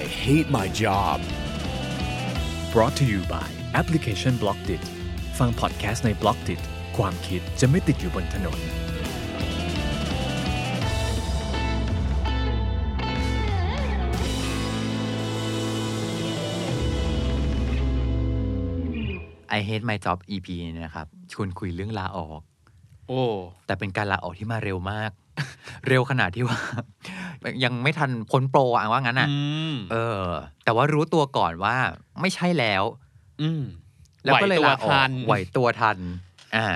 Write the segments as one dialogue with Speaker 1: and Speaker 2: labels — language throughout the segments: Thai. Speaker 1: I hate my job.
Speaker 2: brought to you by Application Blocked It ฟังพอดแคสต์ใน Blocked It ความคิดจะไม่ติดอยู่บนถนน
Speaker 3: I Hate My Job EP นี้นะครับชวนคุยเรื่องลาออก
Speaker 4: โอ้
Speaker 3: แต่เป็นการลาออกที่มาเร็วมาก เร็วขนาดที่ว่า ยังไม่ทันพ้นโปรอ่ะว่างั้นอ่ะเออ แต่ว่ารู้ตัวก่อนว่าไม่ใช่แล้ว
Speaker 4: อืม
Speaker 3: แล้วก็เลยลาอ
Speaker 4: ไหวตัว
Speaker 3: อ
Speaker 4: ทั
Speaker 3: ก
Speaker 4: น
Speaker 3: ไหวตัวทัน อ่า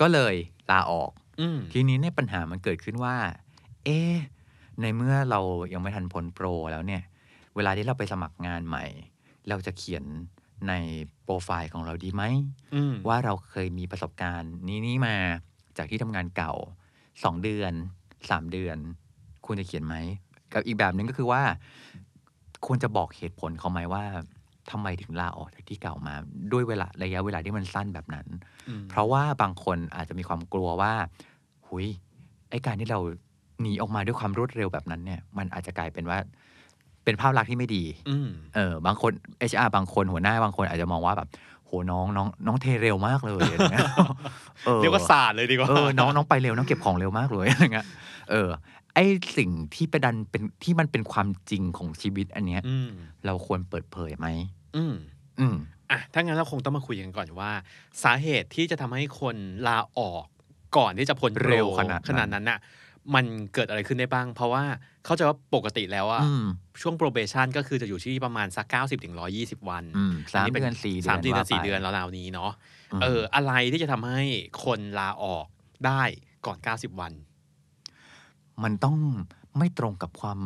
Speaker 3: ก็เลยลาออก
Speaker 4: อืม
Speaker 3: ทีนี้เนี่ยปัญหามันเกิดขึ้นว่า เอ๊ะในเมื่อเรายังไม่ทันพ้นโปรแล้วเนี่ย เวลาที่เราไปสมัครงานใหม่ เราจะเขียนในโปรไฟล์ของเราดีไหม
Speaker 4: อืม
Speaker 3: ว่าเราเคยมีประสบการณ์นี้นี้มาจากที่ทำงานเก่า 2 เดือน 3 เดือน ควรจะเขียนไหม กับอีกแบบหนึ่งก็คือว่า ควรจะบอกเหตุผลเขาไหมว่าทำไมถึงลาออกจากที่เก่ามา ด้วยเวลาระยะเวลาที่มันสั้นแบบนั้น
Speaker 4: อืม
Speaker 3: เพราะว่าบางคนอาจจะมีความกลัวว่าหุยไอการที่เราหนีออกมาด้วยความรวดเร็วแบบนั้นเนี่ย มันอาจจะกลายเป็นว่า เป็นภาพลักษณ์ที่ไม่ดี
Speaker 4: อืม
Speaker 3: เออบางคน HR บางคนหัวหน้าบางคนอาจจะมองว่าแบบ โหน้องน้องน้องเทเร็วมากเลยอะไรเงี้ย ออ
Speaker 4: เรียกว่าศาสตร์เลยดีกว่า
Speaker 3: เออน้องน้องไปเร็วน้องเก็บของเร็วมากเลยอะไรเงี้ยเออ ไอสิ่งที่เป็นดันเป็นที่มันเป็นความจริงของชีวิตอันเนี้ย
Speaker 4: อืม
Speaker 3: เราควรเปิดเผยไหม
Speaker 4: อืม
Speaker 3: อืม
Speaker 4: อ่ะถ้างั้นเราคงต้องมาคุยกันก่อนว่า สาเหตุที่จะทำให้คนลาออกก่อนที่จะพ้นโป
Speaker 3: เร็วขนาดนั้น
Speaker 4: ขนาดนั้นน่ะ มันเกิดอะไรขึ้นได้บ้าง เพราะว่าเข้าใจว่าปกติแล้วอะ
Speaker 3: อืม
Speaker 4: ช่วง probation ก็คือจะอยู่ที่ประมาณสัก 90ถึง120 วัน
Speaker 3: อืมสาม
Speaker 4: อัป็
Speaker 3: เดือนสี่เดือน
Speaker 4: สามเดือน
Speaker 3: ว่าไป
Speaker 4: สี่เดือนราวๆนี้เนาะ
Speaker 3: ม
Speaker 4: เออ อะไรที่จะทำให้คนลาออกได้ก่อน 90 วัน
Speaker 3: มันต้องไม่ตรงกับความ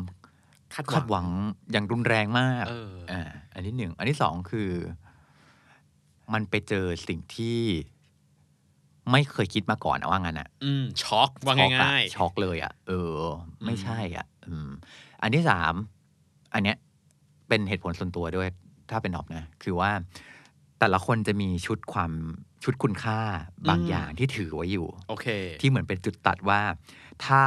Speaker 4: คาดหวัง
Speaker 3: คาดหวังอย่างรุนแรงมาก
Speaker 4: เออ
Speaker 3: อ่าอันที่หนึ่ง อันที่สองคือ มันไปเจอสิ่งที่ ไม่เคยคิดมาก่อนอะว่างั้นอะ
Speaker 4: อืมช็อก
Speaker 3: ช็อ
Speaker 4: ว่า
Speaker 3: กอะ
Speaker 4: ง่าย
Speaker 3: ช็อกเลยอะเออ ไม่ใช่อะอืม อันที่สาม อันเนี้ย เป็นเหตุผลส่วนตัวด้วย ถ้าเป็นนอบนะ คือว่า แต่ละคนจะมีชุดความชุดคุณค่าบาง
Speaker 4: อืม
Speaker 3: อย่างที่ถือไว้อยู่
Speaker 4: ๆ โอเค
Speaker 3: ที่เหมือนเป็นจุดตัดว่า ถ้า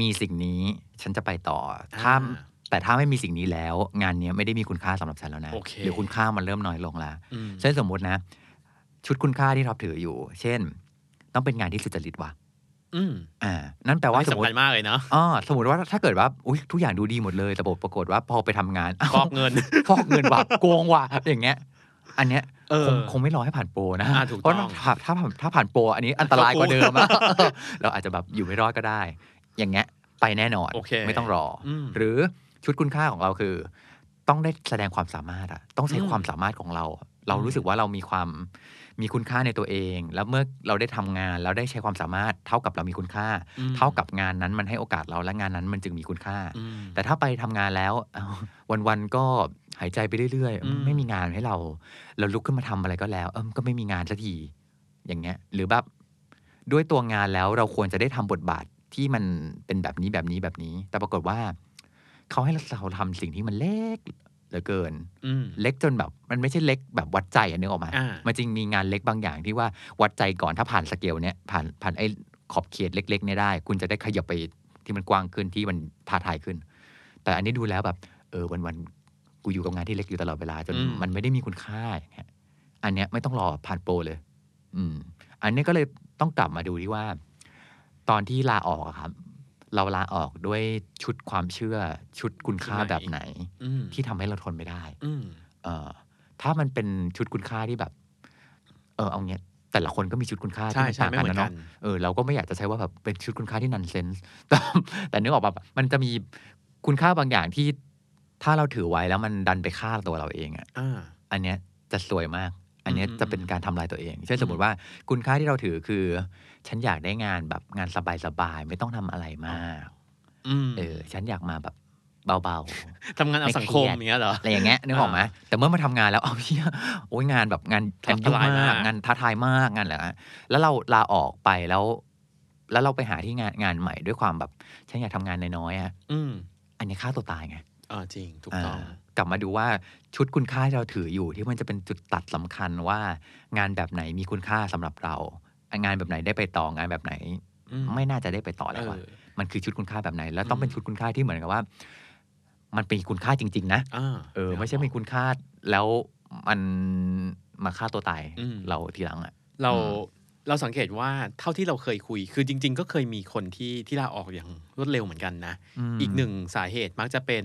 Speaker 3: มีสิ่งนี้ฉันจะไปต่ออถ้า
Speaker 4: อ่า
Speaker 3: แต่ถ้าไม่มีสิ่งนี้แล้ว งานเนี้ยไม่ได้มีคุณค่าสำหรับฉันแล้วนะ
Speaker 4: โอเค
Speaker 3: หรือคุณค่ามันเริ่มน้อยลงละ
Speaker 4: อืม
Speaker 3: เช่นสมมุตินะ ชุดคุณค่าที่ท็อปถืออยู่ เช่น ต้องเป็นงานที่สุจริตว่ะ
Speaker 4: อืม
Speaker 3: อ่า นั่นแปลว่า
Speaker 4: อัน
Speaker 3: ส
Speaker 4: นี้
Speaker 3: มมติ
Speaker 4: สำคัญมากเลยเนาะ
Speaker 3: อ๋อสมมติว่าถ้าเกิดว่าอุ้ยทุกอย่างดูดีหมดเลยแต่ปรากฏว่าพอไปทำงาน
Speaker 4: ฟอกเงิน
Speaker 3: ฟอกเงินว่ะโกงว่ะอย่างเงี้ย อันเนี้ย
Speaker 4: เออ
Speaker 3: คงคงไม่รอให้ผ่านโปรนะ
Speaker 4: อ่าถูกต้อง
Speaker 3: เพราะถ้าถ้าผ่านถ้าผ่านโปรอันนี้อันตรายกว่าเดิมอะ เราอาจจะแบบอยู่ไม่รอดก็ได้ อย่างเงี้ยไปแน่นอน
Speaker 4: โอเค
Speaker 3: ไม่ต้องรออ
Speaker 4: ม
Speaker 3: หรือชุดคุณค่าของเราคือ ต้องได้แสดงความสามารถอะต้องใช้
Speaker 4: อืม
Speaker 3: ความสามารถของเรา เรา
Speaker 4: อืม
Speaker 3: รู้สึกว่าเรามีความมีคุณค่าในตัวเอง แล้วเมื่อเราได้ทำงานแล้วได้ใช้ความสามารถ เท่ากับเรามีคุณค่า
Speaker 4: อืม
Speaker 3: เท่ากับงานนั้นมันให้โอกาสเราและงานนั้นมันจึงมีคุณค่า
Speaker 4: อืม
Speaker 3: แต่ถ้าไปทำงานแล้ว เอ้าวันๆก็หายใจไปเรื่อย
Speaker 4: อืม
Speaker 3: ๆ ไม่มีงานให้เรา เราลุกขึ้นมาทำอะไรก็แล้ว เอมก็ไม่มีงานสักที อย่างเงี้ย หรือแบบด้วยตัวงานแล้วเราควรจะได้ทำบทบาทที่มันเป็นแบบนี้แบบนี้แบบนี้ แต่ปรากฏว่า เขาให้เราทำสิ่งที่มันเล็กเหลือเกิน
Speaker 4: อืม
Speaker 3: เล็กจนแบบ มันไม่ใช่เล็กแบบวัดใจอันนึกออกมา
Speaker 4: อ่ามั
Speaker 3: มันจริงมีงานเล็กบางอย่างที่ว่าวัดใจก่อนถ้าผ่านสเกลเนี้ยผ่านผ่านไอ้ขอบเขตเล็กๆเนี่ยได้ คุณจะได้ขยับไปที่มันกว้างขึ้นที่มันท้าทายขึ้น แต่อันนี้ดูแล้วแบบ เออวันๆกูอยู่กับงานที่เล็กอยู่ตลอดเวลา จน
Speaker 4: อืม
Speaker 3: มันไม่ได้มีคุณค่าอย่างเงี้ยอันเนี้ยไม่ต้องรอผ่านโปรเลย อืม อันนี้ก็เลยต้องกลับมาดูที่ว่า ตอนที่ลาออกอะครับ เราลาออกด้วยชุดความเชื่อชุดคุณค่าแบบไหน
Speaker 4: อืม
Speaker 3: ที่ทำให้เราทนไม่ได้
Speaker 4: อืม
Speaker 3: เออถ้ามันเป็นชุดคุณค่าที่แบบ เออเอาเงี้ยแต่ละคนก็มีชุดคุณค่า
Speaker 4: ใช่
Speaker 3: ที่มัน
Speaker 4: ใช่
Speaker 3: ต่าง
Speaker 4: ไม่
Speaker 3: กัน
Speaker 4: เหมือ
Speaker 3: นะ
Speaker 4: นกั
Speaker 3: เนาะ
Speaker 4: น
Speaker 3: เออเราก็ไม่อยากจะใช้ว่าแบบเป็นชุดคุณค่าที่นันเซนส์แต่แต่นึกออกปะมันจะมีคุณค่าบางอย่างที่ ถ้าเราถือไว้แล้วมันดันไปฆ่าตัวเราเองอะ
Speaker 4: อ่า
Speaker 3: อันเนี้ยจะสวยมาก อันเนี้ย
Speaker 4: อืม
Speaker 3: จะเป็นการทำลายตัวเองเช่น
Speaker 4: อืม
Speaker 3: สมมติว่าคุณค่าที่เราถือคือ ฉันอยากได้งานแบบงานสบายๆไม่ต้องทำอะไรมาก
Speaker 4: อืม
Speaker 3: เออ ฉันอยากมาแบบ เบา
Speaker 4: ทำงานเอาสังคมอย่างเงี้ยเหรอ
Speaker 3: ๆ อะไรอย่างเงี้ยนึกออกไหมแต่เมื่อมาทำงานแล้ว เอาเฮียโอ้ยงานแบบงาน
Speaker 4: ท้า
Speaker 3: แอบยุ่ง
Speaker 4: ทายมาม
Speaker 3: าก กงานท้าทายมากงานอะไรนะแล้วเราลาออกไปแล้ว แล้วเราไปหาที่งานงานใหม่ด้วยความแบบฉันอยากทำงานน้อยๆอะ
Speaker 4: อืม
Speaker 3: อันนี้ฆ่าตัวตายไง
Speaker 4: เอ่าจริงถูกต้อง
Speaker 3: อ่ากลับมาดูว่าชุดคุณค่าที่เราถืออยู่ที่มันจะเป็นจุดตัดสำคัญว่า งานแบบไหนมีคุณค่าสำหรับเรา งานแบบไหนได้ไปต่องานแบบไหน
Speaker 4: อืม
Speaker 3: ไม่น่าจะได้ไปต่อแล้วอะ
Speaker 4: เออ
Speaker 3: มันคือชุดคุณค่าแบบไหน แล้วต้อง
Speaker 4: อืม
Speaker 3: เป็นชุดคุณค่าที่เหมือนกับว่า มันเป็นคุณค่าจริง ๆ นะ
Speaker 4: อ่า
Speaker 3: เออไม่ใช่เป็นคุณค่าแล้วมันมาฆ่าตัวตาย
Speaker 4: อืม
Speaker 3: เราทีหลังอ่ะ
Speaker 4: เรา
Speaker 3: อืม
Speaker 4: เราสังเกตว่าเท่าที่เราเคยคุย คือจริง ๆ ก็เคยมีคนที่ที่ลาออกอย่างรวดเร็วเหมือนกันนะ
Speaker 3: ม
Speaker 4: อีกหนึ่งสาเหตุมักจะเป็น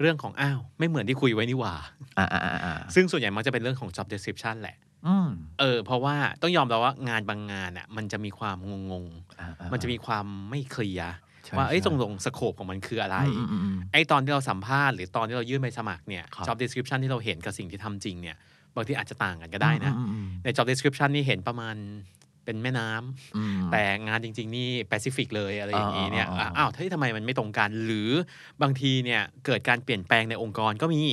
Speaker 4: เรื่องของอ้าว ไม่เหมือนที่คุยไว้นี่หว่า
Speaker 3: อ่าอ่าอ่าอ่า
Speaker 4: ซึ่งส่วนใหญ่มักจะเป็นเรื่องของ job description แหละ
Speaker 3: อืม
Speaker 4: เออ เพราะว่าต้องยอมรับว่างานบางงานอ่ะมันจะมีความงง
Speaker 3: อ่าอ่า
Speaker 4: ๆ มันจะมีความไม่เคลียร์
Speaker 3: ใช่
Speaker 4: ว่าเอ้ย
Speaker 3: ใช่
Speaker 4: ตรงลงสโคปของมันคืออะไร
Speaker 3: อืมอืมอืม
Speaker 4: ไอ้ตอนที่เราสัมภาษณ์หรือตอนที่เรายื่นใบสมัครเนี่ย
Speaker 3: ครับ
Speaker 4: job description ที่เราเห็นกับสิ่งที่ทำจริงเนี่ยบางทีอาจจะต่างกันก็ได้นะ
Speaker 3: อืมอืม
Speaker 4: ใน job description นี่เห็นประมาณเป็นแม่น้ำ
Speaker 3: อืม
Speaker 4: แต่งานจริง ๆ นี่แปซิฟิกเลยอะไรอย่างนี้เนี่ย
Speaker 3: อ่าอ่าอ่า
Speaker 4: อ้าวเฮ้ยทำไมมันไม่ตรงกัน หรือบางทีเนี่ยเกิดการเปลี่ยนแปลงในองค์กรก็มี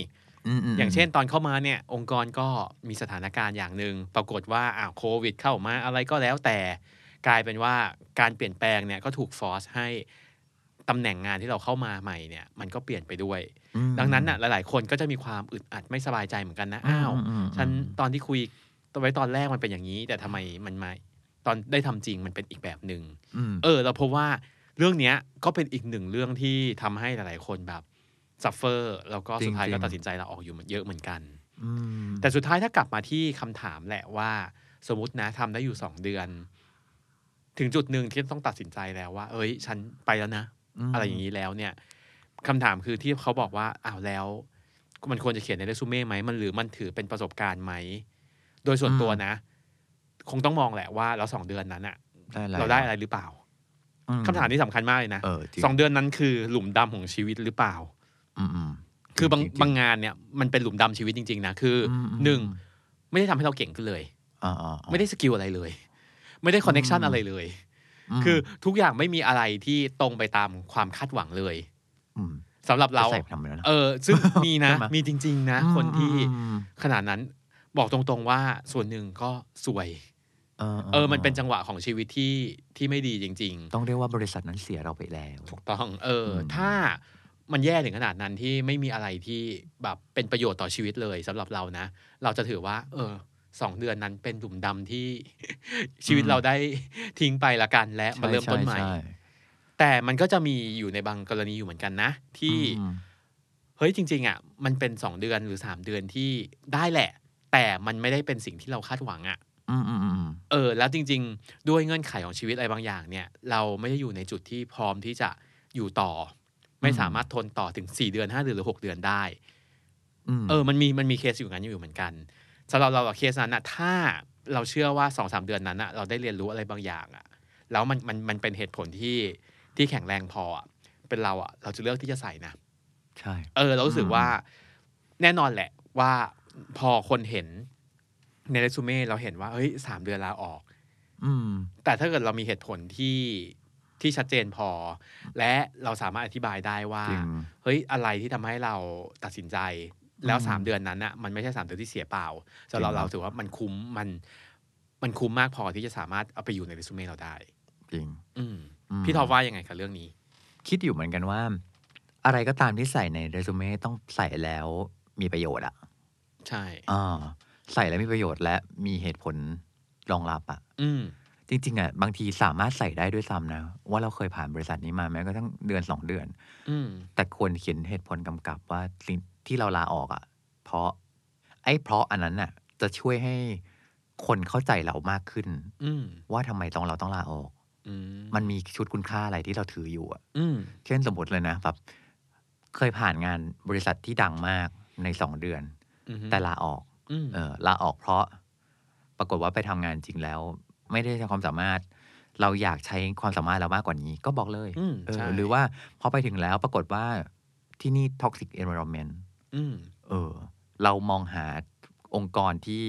Speaker 3: มม
Speaker 4: อย่างเช่นตอนเข้ามาเนี่ยองค์กรก็มีสถานการณ์อย่างหนึ่งปรากฏว่าอ้าวโควิดเข้ามาอะไรก็แล้วแต่กลายเป็นว่าการเปลี่ยนแปลงเนี่ยก็ถูกฟอร์สให้ตำแหน่งงานที่เราเข้ามาใหม่เนี่ยมันก็เปลี่ยนไปด้วย
Speaker 3: อืม
Speaker 4: ดังนั้นน่ะหลาย ๆ คนก็จะมีความอึดอัดไม่สบายใจเหมือนกันนะอ้าว
Speaker 3: อืมอืมอืม
Speaker 4: ฉันตอนที่คุยตัวไว้ตอนแรกมันเป็นอย่างนี้ แต่ทำไมมันไม่ตอนได้ทำจริงมันเป็นอีกแบบหนึ่ง
Speaker 3: อืม
Speaker 4: เออเราพบว่าเรื่องเนี้ยก็เป็นอีกหนึ่งเรื่องที่ทำให้หลาย ๆ คนแบบซัฟเฟอร์แล้วก็สุดท้าย
Speaker 3: จริงๆ
Speaker 4: ก็ตัดสินใจลาออกอยู่เยอะเหมือนกัน
Speaker 3: อืม
Speaker 4: แต่สุดท้ายถ้ากลับมาที่คำถามแหละว่า สมมตินะทำได้อยู่สองเดือน ถึงจุดหนึ่งที่ต้องตัดสินใจแล้วว่า เอ้ย ฉันไปแล้วนะ
Speaker 3: ม
Speaker 4: อะไรอย่างนี้แล้วเนี่ยคำถามคือที่เขาบอกว่าอ้าวแล้ว มันควรจะเขียนในเรซูเม่ไหมมันหรือมันถือเป็นประสบการณ์ไหม โดยส่วนตัวนะ คงต้องมองแหละว่าเราสองเดือนนั้นอะ
Speaker 3: ได้อะไร
Speaker 4: เราได้อะไรหรือเปล่า
Speaker 3: อื
Speaker 4: คำถามนี้สำคัญมากเลยนะ
Speaker 3: เออจริ
Speaker 4: สองเดือนนั้นคือหลุมดำของชีวิตหรือเปล่า
Speaker 3: อืมอืม
Speaker 4: คือบาง
Speaker 3: จริงๆ
Speaker 4: บางงานเนี่ยมันเป็นหลุมดำชีวิตจริง ๆ นะ คืออ
Speaker 3: มอืม
Speaker 4: หนึ่งไม่ได้ทำให้เราเก่งขึ้นเลย
Speaker 3: อ่าอ่าอ่า
Speaker 4: ไม่ได้สกิลอะไรเลย ไม่ได้คอนเน็ชัน
Speaker 3: อืม
Speaker 4: อะไรเลย
Speaker 3: ม
Speaker 4: คือทุกอย่างไม่มีอะไรที่ตรงไปตามความคาดหวังเลย
Speaker 3: อืม
Speaker 4: สำหรับเรา
Speaker 3: จะใส่ไปทำอะไรนะ
Speaker 4: เออ ซึ่งมีนะ
Speaker 3: ใช่ไหม
Speaker 4: มีจริง ๆ นะ
Speaker 3: อืม
Speaker 4: คนที่
Speaker 3: อืม
Speaker 4: ขนาดนั้นบอกตรงๆว่าส่วนหนึ่งก็สวย
Speaker 3: อืม
Speaker 4: เออ มันเป็นจังหวะของชีวิตที่ที่ไม่ดีจริง ๆ
Speaker 3: ต้องเรียกว่าบริษัทนั้นเสียเราไปแล้ว
Speaker 4: ถูกต้อง เอออ
Speaker 3: ม
Speaker 4: ถ้ามันแย่ถึงขนาดนั้นที่ไม่มีอะไรที่แบบเป็นประโยชน์ต่อชีวิตเลยสำหรับเรานะ เราจะถือว่า เออสองเดือนนั้นเป็นหลุมดำที่ ชีวิตเราได้ทิ้งไปละกันและมาเริ่มต้นใหม่
Speaker 3: ช่ช่
Speaker 4: แต่มันก็จะมีอยู่ในบางกรณีอยู่เหมือนกันนะ ที่
Speaker 3: อืม
Speaker 4: เฮ้ยจริง ๆอ่ะมันเป็นสองเดือนหรือสามเดือนที่ได้แหละ แต่มันไม่ได้เป็นสิ่งที่เราคาดหวังอ่ะ
Speaker 3: อืมอืมอืม
Speaker 4: เออแล้วจริง ๆ ด้วยเงื่อนไขของชีวิตอะไรบางอย่างเนี่ย เราไม่ได้อยู่ในจุดที่พร้อมที่จะอยู่ต่อ ไม่สามารถทนต่อถึง 4 เดือน 5 เดือนหรือ 6 เดือนได้
Speaker 3: อืม
Speaker 4: เออมันมีมันมีเคสอยู่งั้นอยู่เหมือนกันสำหรับเราอะเคสนั้นอะถ้าเราเชื่อว่า 2-3สามเดือนนั้นอะเราได้เรียนรู้อะไรบางอย่างอะแล้วมันมันมันเป็นเหตุผลที่ที่แข็งแรงพออะเป็นเราอะเราจะเลือกที่จะใส่นะ
Speaker 3: ใช่
Speaker 4: เออเรารู้สึกว่าแน่นอนแหละว่าพอคนเห็นในเรซูเม่เราเห็นว่าเฮ้ยสามเดือนลาออก
Speaker 3: อืม
Speaker 4: แต่ถ้าเกิดเรามีเหตุผลที่ที่ชัดเจนพอ และเราสามารถอธิบายได้ว่า
Speaker 3: จริง
Speaker 4: เฮ้ยอะไรที่ทำให้เราตัดสินใจ แล้ว
Speaker 3: อืม
Speaker 4: สามเดือนนั้นอะมันไม่ใช่สามเดือนที่เสียเปล่าสำหรับ
Speaker 3: จริงครั
Speaker 4: เรา
Speaker 3: บ
Speaker 4: ถือว่ามันคุ้มมันมันคุ้มมากพอที่จะสามารถเอาไปอยู่ในเรซูเม่เราได้
Speaker 3: จริง
Speaker 4: อืม
Speaker 3: อืม
Speaker 4: พี่ทอว่ายังไงกับเรื่องนี้
Speaker 3: คิดอยู่เหมือนกันว่า อะไรก็ตามที่ใส่ในเรซูเม่ต้องใส่แล้วมีประโยชน์อะ
Speaker 4: ใช่
Speaker 3: อ่าใส่แล้วมีประโยชน์และมีเหตุผลรองรับอะ
Speaker 4: อืม
Speaker 3: จริงๆอ่ะบางทีสามารถใส่ได้ด้วยซ้ำนะว่าเราเคยผ่านบริษัทนี้มาแม้กระทั่งเดือนสองเดือน
Speaker 4: อืม
Speaker 3: แต่ควรเขียนเหตุผลกำกับว่าสิ่งที่เราลาออกอ่ะ เพราะ ไอ้เพราะอันนั้นน่ะ จะช่วยให้คนเข้าใจเรามากขึ้น
Speaker 4: อืม
Speaker 3: ว่าทำไมต้องเราต้องลาออก
Speaker 4: อื
Speaker 3: มันมีชุดคุณค่าอะไรที่เราถืออยู่อ่ะ
Speaker 4: อืม
Speaker 3: เช่นสมมติเลยนะแบบเคยผ่านงานบริษัทที่ดังมากในสองเดือน
Speaker 4: อืม
Speaker 3: แต่ลาออก
Speaker 4: อืม
Speaker 3: เออลาออกเพราะปรากฏว่าไปทำงานจริงแล้ว ไม่ได้ใช้ความสามารถ เราอยากใช้ความสามารถเรามากกว่านี้ก็บอกเลย
Speaker 4: อืม
Speaker 3: เออ
Speaker 4: ใช่
Speaker 3: หรือว่าพอไปถึงแล้วปรากฏว่าที่นี่ toxic environment
Speaker 4: อืม
Speaker 3: เออ เรามองหาองค์กรที่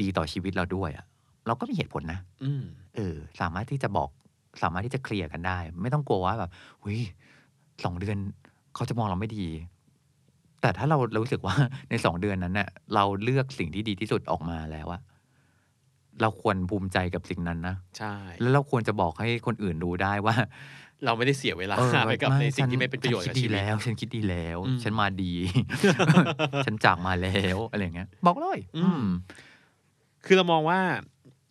Speaker 3: ดีต่อชีวิตเราด้วยอะเราก็มีเหตุผลนะ
Speaker 4: อืม
Speaker 3: เออ สามารถที่จะบอกสามารถที่จะเคลียร์กันได้ ไม่ต้องกลัวว่าแบบหุยสองเดือน เขาจะมองเราไม่ดี แต่ถ้าเรารู้สึกว่า ในสองเดือนนั้นเนี่ยเราเลือกสิ่งที่ดีที่สุดออกมาแล้วอะเราควรภูมิใจกับสิ่งนั้นนะ
Speaker 4: ใช่
Speaker 3: แล้วเราควรจะบอกให้คนอื่นรู้ได้ ว่า
Speaker 4: เราไม่ได้เสียเวลา
Speaker 3: เออ
Speaker 4: ไปกับในสิ่ง
Speaker 3: ฉั
Speaker 4: ที่ไม่เป็นประโยชน์
Speaker 3: ฉั
Speaker 4: กับ
Speaker 3: คิด
Speaker 4: ชี
Speaker 3: ดี
Speaker 4: วิต
Speaker 3: แล้ว ฉันคิดดีแล้ว
Speaker 4: อืม
Speaker 3: ฉันมา ดี ฉันจากมาแล้วอะไรอย่างเงี้ย บอกเลย อื
Speaker 4: อื
Speaker 3: ม
Speaker 4: ม คือเรามองว่า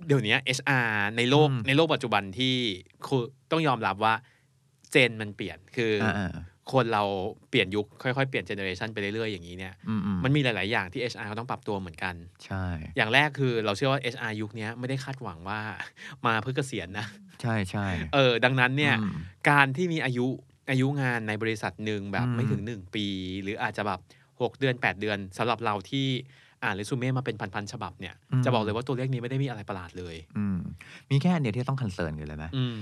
Speaker 4: เดี๋ยวนี้ HR ในโลก
Speaker 3: อืม
Speaker 4: ในโลกปัจจุบันที่คือต้องยอมรับว่าเจนมันเปลี่ยนคืออ
Speaker 3: อ่า
Speaker 4: คนเราเปลี่ยนยุคค่อยๆเปลี่ยนเจเนอเรชันไปเรื่อยๆอย่างนี้เนี่ย
Speaker 3: ๆอืมๆ
Speaker 4: มันมีหลาย ๆ อย่างที่ HR ก็ต้องปรับตัวเหมือนกัน
Speaker 3: ใช่
Speaker 4: อย่างแรกคือเราเชื่อว่า HR ยุคเนี้ยไม่ได้คาดหวังว่า มาเพื่อเกษียณนะ
Speaker 3: ใช่ใช่
Speaker 4: เออ ดังนั้นเนี่ย
Speaker 3: อืม
Speaker 4: การที่มีอายุอายุงานในบริษัทหนึ่งแบบ
Speaker 3: อืม
Speaker 4: ไม่ถึง 1 ปี หรืออาจจะแบบ 6 เดือน 8 เดือนสำหรับเราที่อ่านเรซูเม่มาเป็นพันๆฉบับเนี่ย จะบอกเลยว่าตัวเลขนี้ไม่ได้มีอะไรประหลาดเลย
Speaker 3: อืมมีแค่อันเดียวที่ต้องคอนเซิร์นอยู่เลยไหม
Speaker 4: อืม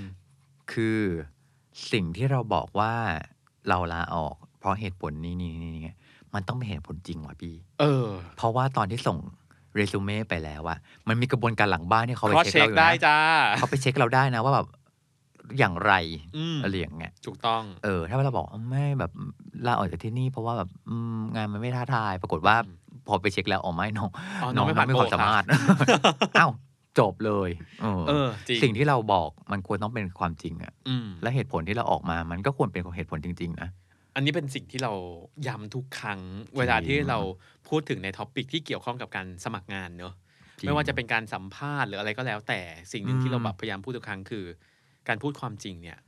Speaker 3: คือสิ่งที่เราบอกว่าเราลาออก เพราะเหตุผลนี้นี่นี่นี่มันต้องเป็นเหตุผลจริงว่ะพี่
Speaker 4: เออ
Speaker 3: เพราะว่าตอนที่ส่งเรซูเม่ไปแล้วอะมันมีกระบวนการหลังบ้านที่เขาไป
Speaker 4: คอ
Speaker 3: เช็
Speaker 4: เช็
Speaker 3: คเราอ
Speaker 4: ค
Speaker 3: ยู่
Speaker 4: ได้
Speaker 3: นะ
Speaker 4: จ้า
Speaker 3: เขาไปเช็คเราได้นะว่าแบบอย่างไร
Speaker 4: อืม
Speaker 3: อะไรอย่างเงี้ย
Speaker 4: ถูกต้อง
Speaker 3: เออ ถ้าเราบอกอ๋อไม่แบบลาออกจากที่นี่ เพราะว่าแบบอืมงานมันไม่ท้าทาย ปรากฏว่าพอไปเช็คแล้วอ๋อไม่น้อง
Speaker 4: อ๋อน้องไม่ผ่าน
Speaker 3: มีความ
Speaker 4: โปร
Speaker 3: สา
Speaker 4: ค่ะ
Speaker 3: มารถ อ้าวจบเลยเออ
Speaker 4: เออ จริง
Speaker 3: สิ่งที่เราบอกมันควรต้องเป็นความจริงอะ
Speaker 4: อืม
Speaker 3: และเหตุผลที่เราออกมา มันก็ควรเป็นเหตุผลจริง ๆ นะ
Speaker 4: อันนี้เป็นสิ่งที่เราย้ำทุกครั้ง เวลาที่เราพูดถึงในท็อปิกที่เกี่ยวข้องกับการสมัครงานเนอะ
Speaker 3: ริง
Speaker 4: ไม่ว่าจะเป็นการสัมภาษณ์หรืออะไรก็แล้ว แต่สิ่งหนึ่ง
Speaker 3: อื
Speaker 4: ที่
Speaker 3: ม
Speaker 4: เราแบบพยายามพูดทุกครั้งคือ การพูดความจริงเนี่ย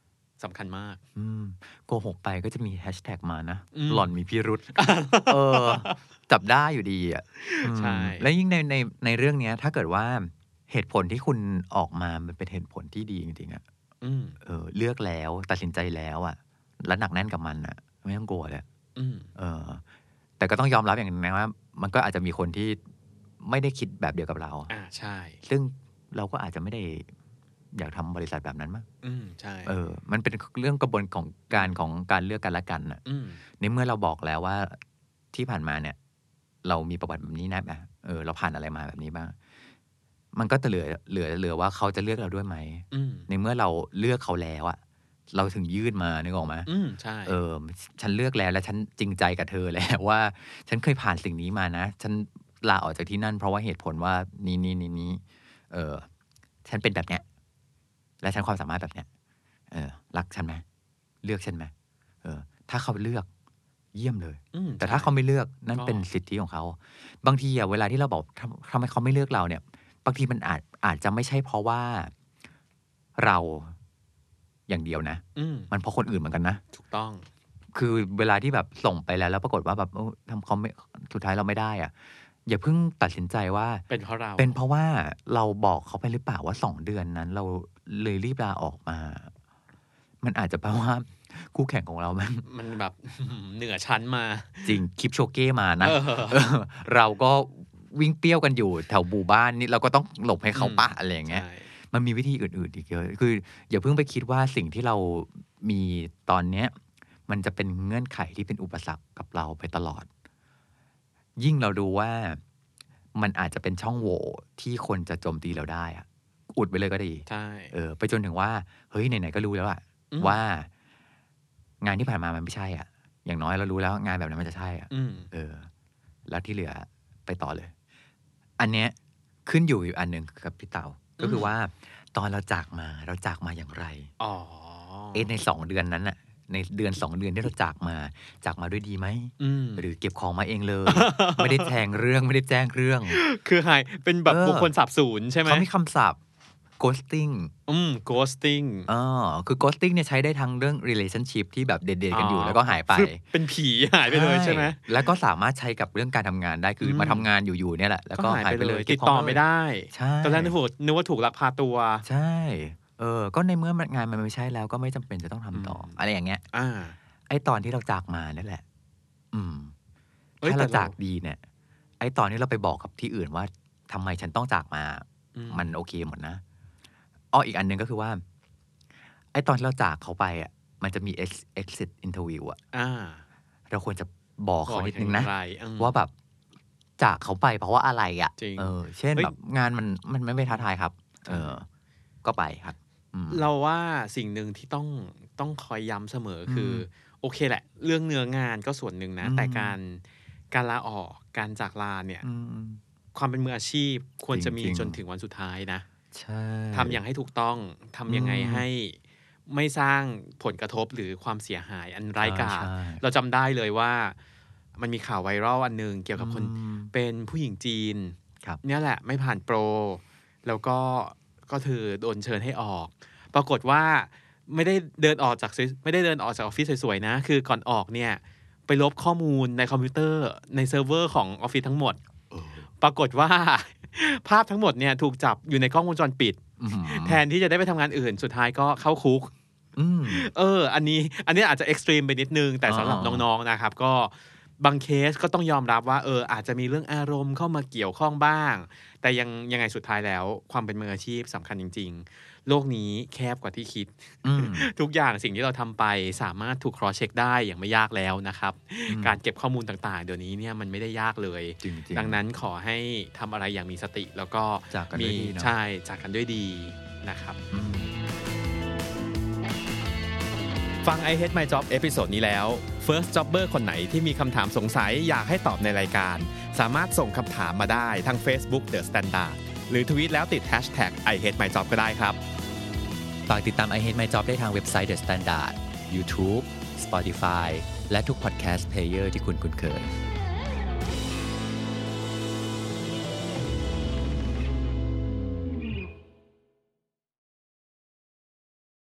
Speaker 4: สำคัญมาก
Speaker 3: อืมโกหกไปก็จะมีแฮชแท็กมานะ
Speaker 4: อืม
Speaker 3: หล่อนมีพิรุษ เออ จับได้อยู่ดีอ่ะอืม
Speaker 4: ใช่
Speaker 3: และยิ่งในในในเรื่องเนี้ย ถ้าเกิดว่าเหตุผลที่คุณออกมา มันเป็นเหตุผลที่ดีจริงๆอ่ะ
Speaker 4: อืม
Speaker 3: เออ เลือกแล้ว ตัดสินใจแล้วอ่ะ และหนักแน่นกับมันอ่ะ ไม่ต้องกลัวเลย
Speaker 4: อืม
Speaker 3: เออ แต่ก็ต้องยอมรับอย่างหนึงนะว่า มันก็อาจจะมีคนที่ไม่ได้คิดแบบเดียวกับเรา
Speaker 4: อ่าใช่
Speaker 3: ซึ่งเราก็อาจจะไม่ได้อยากทำบริษัทแบบนั้นมั้ง
Speaker 4: อืมใช่
Speaker 3: เออ มันเป็นเรื่องกระบวนของการของการเลือกกันและกันน่ะ
Speaker 4: อืม
Speaker 3: ในเมื่อเราบอกแล้วว่าที่ผ่านมาเนี่ย เรามีประวัติแบบนี้นะอ่ะเออ เราผ่านอะไรมาแบบนี้บ้าง มันก็จะเหลือเหลือเหลือว่าเขาจะเลือกเราด้วยไหม
Speaker 4: อืม
Speaker 3: ในเมื่อเราเลือกเขาแล้วอะเราถึงยื่นมานึกออกไหม
Speaker 4: อืมใช่
Speaker 3: เออ ฉันเลือกแล้วและฉันจริงใจกับเธอแล้ว ว่า ฉันเคยผ่านสิ่งนี้มานะ ฉันลาออกจากที่นั่น เพราะว่าเหตุผลว่านี่นี่นี่นี่เออ ฉันเป็นแบบเนี้ย และฉันความสามารถแบบเนี้ย เออ รักฉันไหมเลือกฉันไหมเออ ถ้าเขาเลือกเยี่ยมเลย
Speaker 4: อืม
Speaker 3: แต่ถ้าเขา
Speaker 4: ใช่
Speaker 3: ไม่เลือกนั่น
Speaker 4: ก็
Speaker 3: เป็นสิทธิของเขา บางทีอะเวลาที่เราบอกทำทำไมเขาไม่เลือกเราเนี่ย บางทีมันอาจอาจจะไม่ใช่เพราะว่าเราอย่างเดียวนะ
Speaker 4: อืม
Speaker 3: มันเพราะคนอื่นเหมือนกันนะ
Speaker 4: ถูกต้อง
Speaker 3: คือเวลาที่แบบส่งไปแล้วแล้วปรากฏว่าแบบเอ้าทำเขาไม่สุดท้ายเราไม่ได้อะอย่าเพิ่งตัดสินใจว่า
Speaker 4: เป็นเพราะเรา
Speaker 3: เป็นเพราะว่าเราบอกเขาไปหรือเปล่าว่าสองเดือนนั้น เราเลยรีบลาออกมา มันอาจจะเพราะว่าคู่แข่งของเรามัน
Speaker 4: มันแบบ อืมเหนือชั้นมา
Speaker 3: จริงคลิปโชเก้มานะ
Speaker 4: เออ
Speaker 3: เออเราก็วิ่งเปรี้ยวกันอยู่แถวบูบ้านนี่เราก็ต้องหลบให้เขาปะอะไรอย่างเงี้ย
Speaker 4: ใช่
Speaker 3: มันมีวิธีอื่นๆอีกเยอะคืออย่าเพิ่งไปคิดว่าสิ่งที่เรามีตอนเนี้ย มันจะเป็นเงื่อนไขที่เป็นอุปสรรคกับเราไปตลอด ยิ่งเราดูว่ามันอาจจะเป็นช่องโหว่ที่คนจะโจมตีเราได้อะอุดไปเลยก็ดี
Speaker 4: ใช่
Speaker 3: เออ ไปจนถึงว่า เฮ้ยไหนๆก็รู้แล้วอะ
Speaker 4: อืม
Speaker 3: ว่างานที่ผ่านมามันไม่ใช่อะอย่างน้อยเรารู้แล้ว งานแบบนั้นมันจะใช่อะ
Speaker 4: อืม
Speaker 3: เออ แล้วที่เหลือไปต่อเลย อันเนี้ยขึ้นอยู่อยู่อันหนึ่งกับพี่เตาก็คือว่า ตอนเราจากมาเราจากมาอย่างไร
Speaker 4: อ๋อ
Speaker 3: เอ๊ะในสองเดือนนั้นน่ะ ในเดือนสองเดือนที่เราจากมา จากมาด้วยดีไหม
Speaker 4: อืม
Speaker 3: หรือเก็บของมาเองเลย ไม่ได้แทงเรื่องไม่ได้แจ้งเรื่อง
Speaker 4: คือหายเป็นแบบ
Speaker 3: เออ
Speaker 4: บุคคลสับสูญใช่ไหม
Speaker 3: เขามีคำศัพท์ ghosting
Speaker 4: อืม ghosting
Speaker 3: อ๋อคือ ghosting เนี่ยใช้ได้ทั้งเรื่อง relationship ที่แบบเดทๆกันอยู่แล้วก็หายไป
Speaker 4: ฟึบเป็นผีหายไปเลยใช่ไหม
Speaker 3: แล้วก็สามารถใช้กับเรื่องการทำงานได้คืออ
Speaker 4: ม
Speaker 3: มาทำงานอยู่ๆเนี่ยแหละแล้วก็หายไปเลย
Speaker 4: ติดต่อไม่ได้
Speaker 3: ใช่
Speaker 4: ตอนแรกนึกว่านึกว่าถูกลักพาตัว
Speaker 3: ใช่ เออ ก็ในเมื่อมันงานมันไม่ใช่แล้วก็ไม่จำเป็นจะต้องทำต่ออ
Speaker 4: ม
Speaker 3: อะไรอย่างเงี้ย
Speaker 4: อ่า
Speaker 3: ไอตอนที่เราจากมานั่นแหละ อืม
Speaker 4: อ้ย
Speaker 3: ถ้าเรา
Speaker 4: แต่
Speaker 3: จากดีเนี่ย ไอตอนที่เราไปบอกกับที่อื่นว่าทำไมฉันต้องจากมา
Speaker 4: อื
Speaker 3: มันโอเคหมดนะอ้ออีกอันหนึ่งก็คือว่า ไอตอนที่เราจากเขาไปอ่ะ มันจะมี ex- exit interview อ่ะ
Speaker 4: อ่า
Speaker 3: เราควรจะบอกเขานิดนึงนะ
Speaker 4: บอกอย่างไรอืม
Speaker 3: ว่าแบบจากเขาไปเพราะว่าอะไรอะ่ะ
Speaker 4: จริง
Speaker 3: เออ เช่น
Speaker 4: เฮ้ย
Speaker 3: แบบงานมันมันไม่ไปท้าทายครับ เออ ก็ไปครับอืม
Speaker 4: เราว่าสิ่งหนึ่งที่ต้อง ต้องคอยย้ำเสมอคืออโอเคแหละ เรื่องเนื้องานก็ส่วนหนึ่งนะ
Speaker 3: อืม
Speaker 4: แต่การการลาออกการจากลาเนี่ย
Speaker 3: อืม
Speaker 4: ความเป็นมืออาชีพควรจะมี
Speaker 3: จริงๆ
Speaker 4: จนถึงวันสุดท้ายนะ
Speaker 3: ใช่
Speaker 4: ทำอย่างให้ถูกต้อง ทำยังไง
Speaker 3: อืม
Speaker 4: ให้ไม่สร้างผลกระทบหรือความเสียหายอันร้ายกาจ
Speaker 3: อ่าใช่
Speaker 4: เราจำได้เลยว่ามันมีข่าวไวรัลอันหนึ่งเกี่ยวกับคน
Speaker 3: อืม
Speaker 4: เป็นผู้หญิงจีน
Speaker 3: ครับ
Speaker 4: เนี่ยแหละไม่ผ่านโปร แล้วก็ก็ถือโดนเชิญให้ออก ปรากฏว่าไม่ได้เดินออกจากสวยไม่ได้เดินออกจากออฟฟิศสวยๆนะ คือก่อนออกเนี่ยไปลบข้อมูลในคอมพิวเตอร์ในเซิร์ฟเวอร์ของออฟฟิศทั้งหมด ปรากฏว่า ภาพทั้งหมดเนี่ยถูกจับอยู่ในกล้องวงจรปิด
Speaker 3: อืม
Speaker 4: แทนที่จะได้ไปทำงานอื่นสุดท้ายก็เข้าคุก
Speaker 3: อืม
Speaker 4: เออ อันนี้ อันนี้อาจจะเอ็กซ์ตรีมไปนิดนึง แต่สำหรับ
Speaker 3: อ่า
Speaker 4: น้องๆนะครับ ก็บางเคสก็ต้องยอมรับว่า เออ อาจจะมีเรื่องอารมณ์เข้ามาเกี่ยวข้องบ้าง แต่ยังยังไงสุดท้ายแล้ว ความเป็นมืออาชีพสำคัญจริง ๆ โลกนี้แคบกว่าที่คิด
Speaker 3: อืม
Speaker 4: ทุกอย่างสิ่งที่เราทำไปสามารถถูกครอเช็คได้อย่างไม่ยากแล้วนะครับ
Speaker 3: อืม
Speaker 4: การเก็บข้อมูลต่างๆ เดี๋ยวนี้เนี่ยมันไม่ได้ยากเลย
Speaker 3: จริงๆ
Speaker 4: ดังนั้นขอให้ทำอะไรอย่างมีสติ แล้วก็
Speaker 3: จากกันด้
Speaker 4: มี
Speaker 3: วยดีเนอะ
Speaker 4: ใช่จากกันด้วยดีนะครับ
Speaker 3: อืม
Speaker 4: ฟัง i hate my job เอพิโซดนี้แล้ว first jobber คนไหนที่มีคำถามสงสัยอยากให้ตอบในรายการ สามารถส่งคำถามมาได้ทาง Facebook The Standard หรือทวีตแล้วติด hashtag i hate my job ก็ได้ครับ
Speaker 3: ฝากติดตาม I Hate My Job ได้ทางเว็บไซต์ The Standard YouTube Spotify และทุก podcast player ที่คุณคุ้นเคย